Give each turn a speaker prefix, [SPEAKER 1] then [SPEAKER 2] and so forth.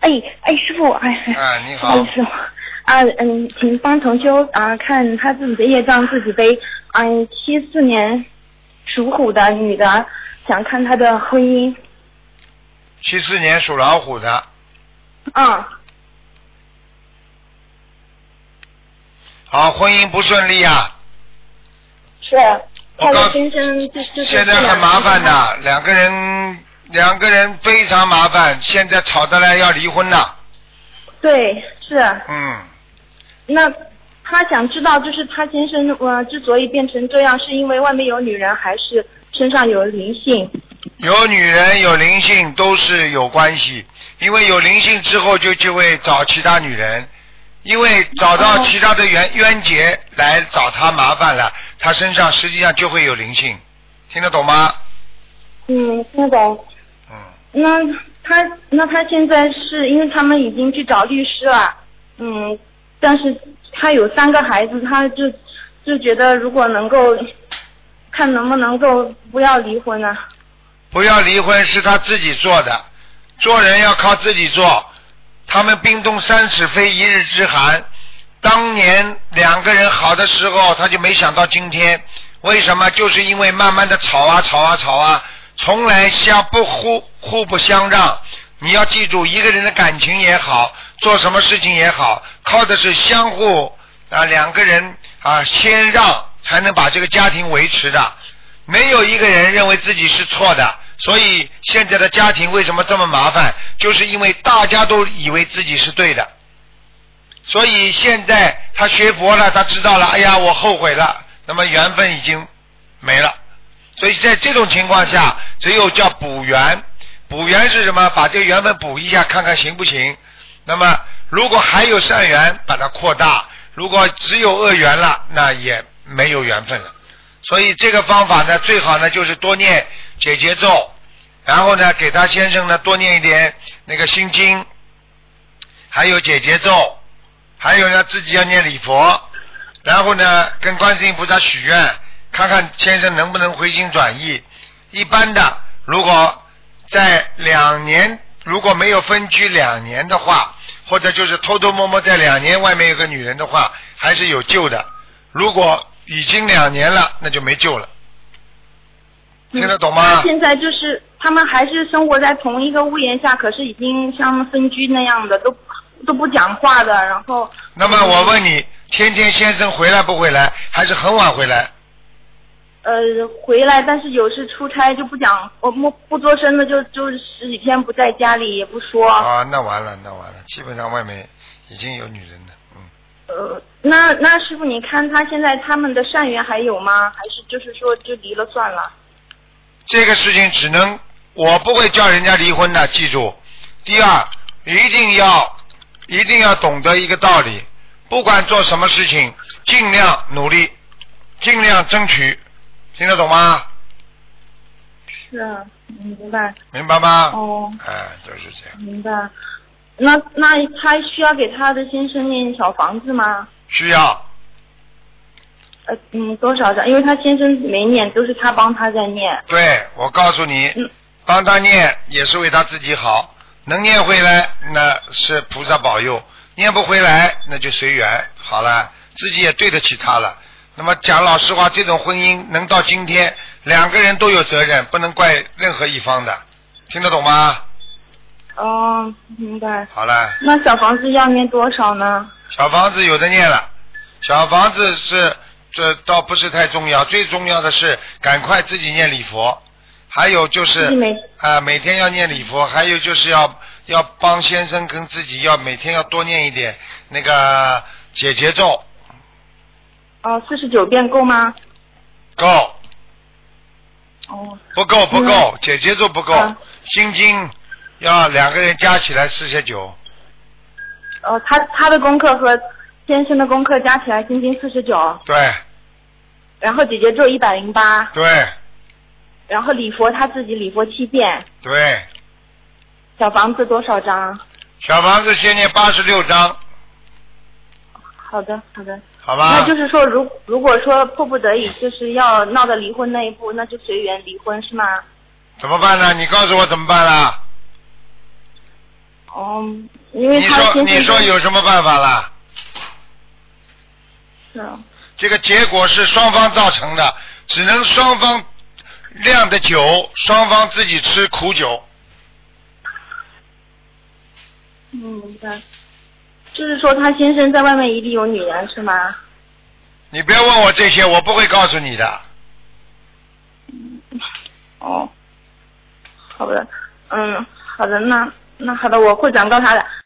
[SPEAKER 1] 哎哎，师傅，哎，
[SPEAKER 2] 哎，你
[SPEAKER 1] 不好
[SPEAKER 2] 好
[SPEAKER 1] 意，思，啊嗯，请帮同修啊看他自己的业障自己背。嗯，七四年属虎的女的，想看她的婚姻。
[SPEAKER 2] 七四年属老虎的，
[SPEAKER 1] 嗯，
[SPEAKER 2] 啊，婚姻不顺利啊，
[SPEAKER 1] 是。
[SPEAKER 2] 我
[SPEAKER 1] 她
[SPEAKER 2] 告
[SPEAKER 1] 的先生就就是
[SPEAKER 2] 现在很麻烦的，两个人两个人非常麻烦，现在吵得来要离婚了，
[SPEAKER 1] 对，是。
[SPEAKER 2] 嗯，
[SPEAKER 1] 那她想知道，就是她先生呃之所以变成这样，是因为外面有女人，还是身上有灵性？
[SPEAKER 2] 有女人有灵性都是有关系，因为有灵性之后就就会找其他女人，因为找到
[SPEAKER 1] 哦
[SPEAKER 2] 其他的冤冤结来找他麻烦了，他身上实际上就会有灵性，听得懂吗？
[SPEAKER 1] 嗯，听得懂。
[SPEAKER 2] 嗯，
[SPEAKER 1] 那他那他现在是因为他们已经去找律师了，嗯，但是他有三个孩子，他就就觉得如果能够看能不能够不要离婚啊嗯呢、
[SPEAKER 2] 不要离婚是他自己做的，做人要靠自己做。他们冰冻三尺非一日之寒。当年两个人好的时候，他就没想到今天。为什么？就是因为慢慢的吵啊吵啊吵啊，从来相不互互不相让。你要记住，一个人的感情也好，做什么事情也好，靠的是相互啊两个人啊谦让，才能把这个家庭维持的。没有一个人认为自己是错的，所以现在的家庭为什么这么麻烦，就是因为大家都以为自己是对的。所以现在他学佛了，他知道了，哎呀，我后悔了，那么缘分已经没了。所以在这种情况下，只有叫补缘。补缘是什么？把这个缘分补一下，看看行不行。那么如果还有善缘，把它扩大；如果只有恶缘了，那也没有缘分了。所以这个方法呢，最好呢就是多念解结咒，然后呢给他先生呢多念一点那个心经，还有解结咒，还有呢自己要念礼佛，然后呢跟观世音菩萨许愿，看看先生能不能回心转意。一般的，如果在两年如果没有分居两年的话，或者就是偷偷摸摸在两年外面有个女人的话，还是有救的。如果已经两年了，那就没救了。听得懂
[SPEAKER 1] 他
[SPEAKER 2] 吗？
[SPEAKER 1] 现在就是他们还是生活在同一个屋檐下，可是已经像分居那样的，都都不讲话的，然后
[SPEAKER 2] 那么我问你，天天先生回来不回来？还是很晚回来？
[SPEAKER 1] 呃回来，但是有事出差就不讲，我不不做声的就就十几天不在家里也不说。
[SPEAKER 2] 啊，那完了，那完了，基本上外面已经有女人了。嗯，
[SPEAKER 1] 呃，那那师傅，你看他现在他们的善缘还有吗？还是就是说就离了算了？
[SPEAKER 2] 这个事情只能我不会叫人家离婚的，记住。第二，一定要一定要懂得一个道理，不管做什么事情，尽量努力，尽量争取，听得懂吗？
[SPEAKER 1] 是，嗯明白。
[SPEAKER 2] 明白吗？
[SPEAKER 1] 哦，
[SPEAKER 2] 哎，就是这样，
[SPEAKER 1] 明白。那那他需要给他的先生念小房子吗？
[SPEAKER 2] 需要
[SPEAKER 1] 呃，嗯，多少张？因为他先生没念，都是他帮他在念。
[SPEAKER 2] 对，我告诉你
[SPEAKER 1] 嗯，
[SPEAKER 2] 帮他念也是为他自己好，能念回来那是菩萨保佑，念不回来那就随缘，好了，自己也对得起他了。那么讲老实话，这种婚姻能到今天，两个人都有责任，不能怪任何一方的，听得懂吗？
[SPEAKER 1] 哦，明白。
[SPEAKER 2] 好了，
[SPEAKER 1] 那小房子要念多少呢？
[SPEAKER 2] 小房子有的念了，小房子是这倒不是太重要，最重要的是赶快自己念礼佛，还有就是
[SPEAKER 1] 自己每
[SPEAKER 2] 啊、每天要念礼佛，还有就是要要帮先生跟自己要每天要多念一点那个解结咒，
[SPEAKER 1] 哦，四十九遍够吗？
[SPEAKER 2] 够
[SPEAKER 1] 哦，
[SPEAKER 2] 不够不够，解结咒不够
[SPEAKER 1] 啊，
[SPEAKER 2] 心经要两个人加起来四十九，
[SPEAKER 1] 哦，他他的功课和先生的功课加起来，仅仅四十九，
[SPEAKER 2] 对
[SPEAKER 1] 然后姐姐咒一百零八。
[SPEAKER 2] 对
[SPEAKER 1] 然后礼佛他自己礼佛七遍，
[SPEAKER 2] 对，
[SPEAKER 1] 小房子多少张？
[SPEAKER 2] 小房子先念八十六章，
[SPEAKER 1] 好的，好的。
[SPEAKER 2] 好吧？
[SPEAKER 1] 那就是说，如如果说迫不得已，就是要闹到离婚那一步，那就随缘离婚是吗？
[SPEAKER 2] 啊怎么办呢？你告诉我怎么办啦？
[SPEAKER 1] 哦，因为
[SPEAKER 2] 你
[SPEAKER 1] 他
[SPEAKER 2] 说
[SPEAKER 1] 先生
[SPEAKER 2] 你说有什么办法啦？
[SPEAKER 1] 是啊
[SPEAKER 2] 这个结果是双方造成的，只能双方酿的酒，双方自己吃苦酒。
[SPEAKER 1] 嗯，明白。就是说他先生在外面一定有女人是吗？
[SPEAKER 2] 你不要问我这些，我不会告诉你的。
[SPEAKER 1] 哦，好的，嗯，好的，那那好的，我会转告他的。